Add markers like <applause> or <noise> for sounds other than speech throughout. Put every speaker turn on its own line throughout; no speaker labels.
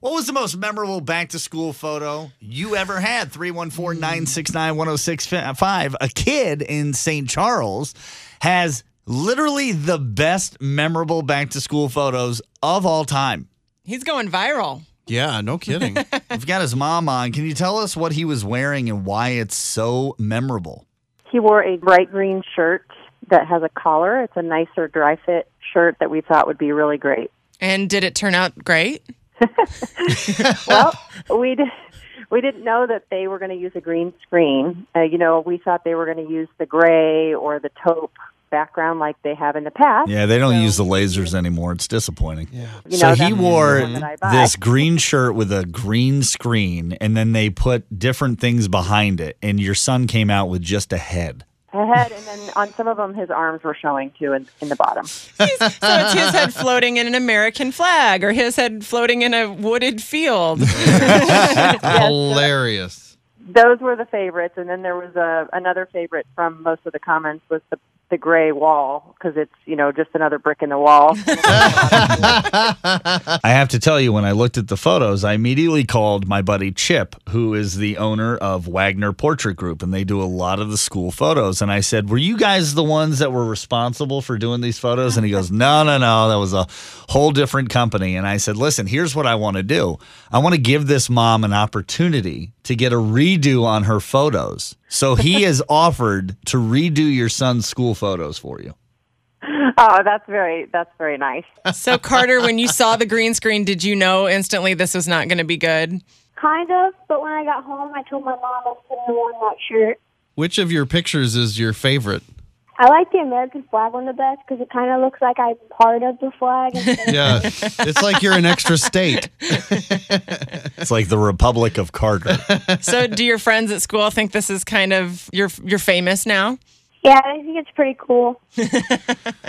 What was the most memorable back to school photo you ever had? 314 969 1065. A kid in St. Charles has literally the best memorable back to school photos of all time.
He's going viral.
Yeah, no kidding.
We've got his mom on. Can you tell us what he was wearing and why it's so memorable?
He wore a bright green shirt that has a collar. It's a nicer dry fit shirt that we thought would be really great.
And did it turn out great?
Well, we did, we didn't know that they were going to use a green screen. Uh, you know, we thought they were going to use the gray or the taupe background like they have in the past.
Yeah, they don't use the lasers anymore. It's disappointing.
You
so
know,
he
that's
wore
the one that I buy.
this green shirt with a green screen, and then they put different things behind it, and your son came out with just a head.
A head, and then on some of them, his arms were showing too in, in the bottom.
So it's his head floating in an American flag or his head floating in a wooded field.
Hilarious.
Those were the favorites, and then there was a, another favorite from most of the comments was the the gray wall because it's you know just another brick in the wall. <laughs>
I have to tell you, when I looked at the photos, I immediately called my buddy Chip, who is the owner of Wagner Portrait Group, and they do a lot of the school photos. And I said, Were you guys the ones that were responsible for doing these photos? And he goes, No, no, no. That was a whole different company. And I said, Listen, here's what I want to do I want to give this mom an opportunity to get a redo on her photos. So he has offered to redo your son's school photos for you.
oh, that's very that's very nice.
so, Carter, when you saw the green screen, did you know instantly this was not going to be good?
Kind of, but when I got home, I told my mom I couldn't have worn that shirt.
Which of your pictures is your favorite?
I like the American flag one the best because it kind of looks like I'm part of the flag. instead of-
Yeah, it's like you're an extra state.
It's like the Republic of Carter.
So, do your friends at school think this is kind of you're you're famous now?
yeah, I think it's pretty cool.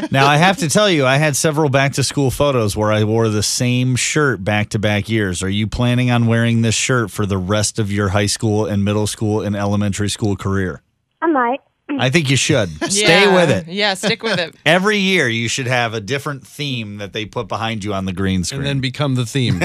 Now I have to tell you, I had several back to school photos where I wore the same shirt back to back years. Are you planning on wearing this shirt for the rest of your high school and middle school and elementary school career?
I might.
I think you should. Stay
Yeah.
with it.
Yeah, stick with it.
Every year you should have a different theme that they put behind you on the green screen.
and then become the theme.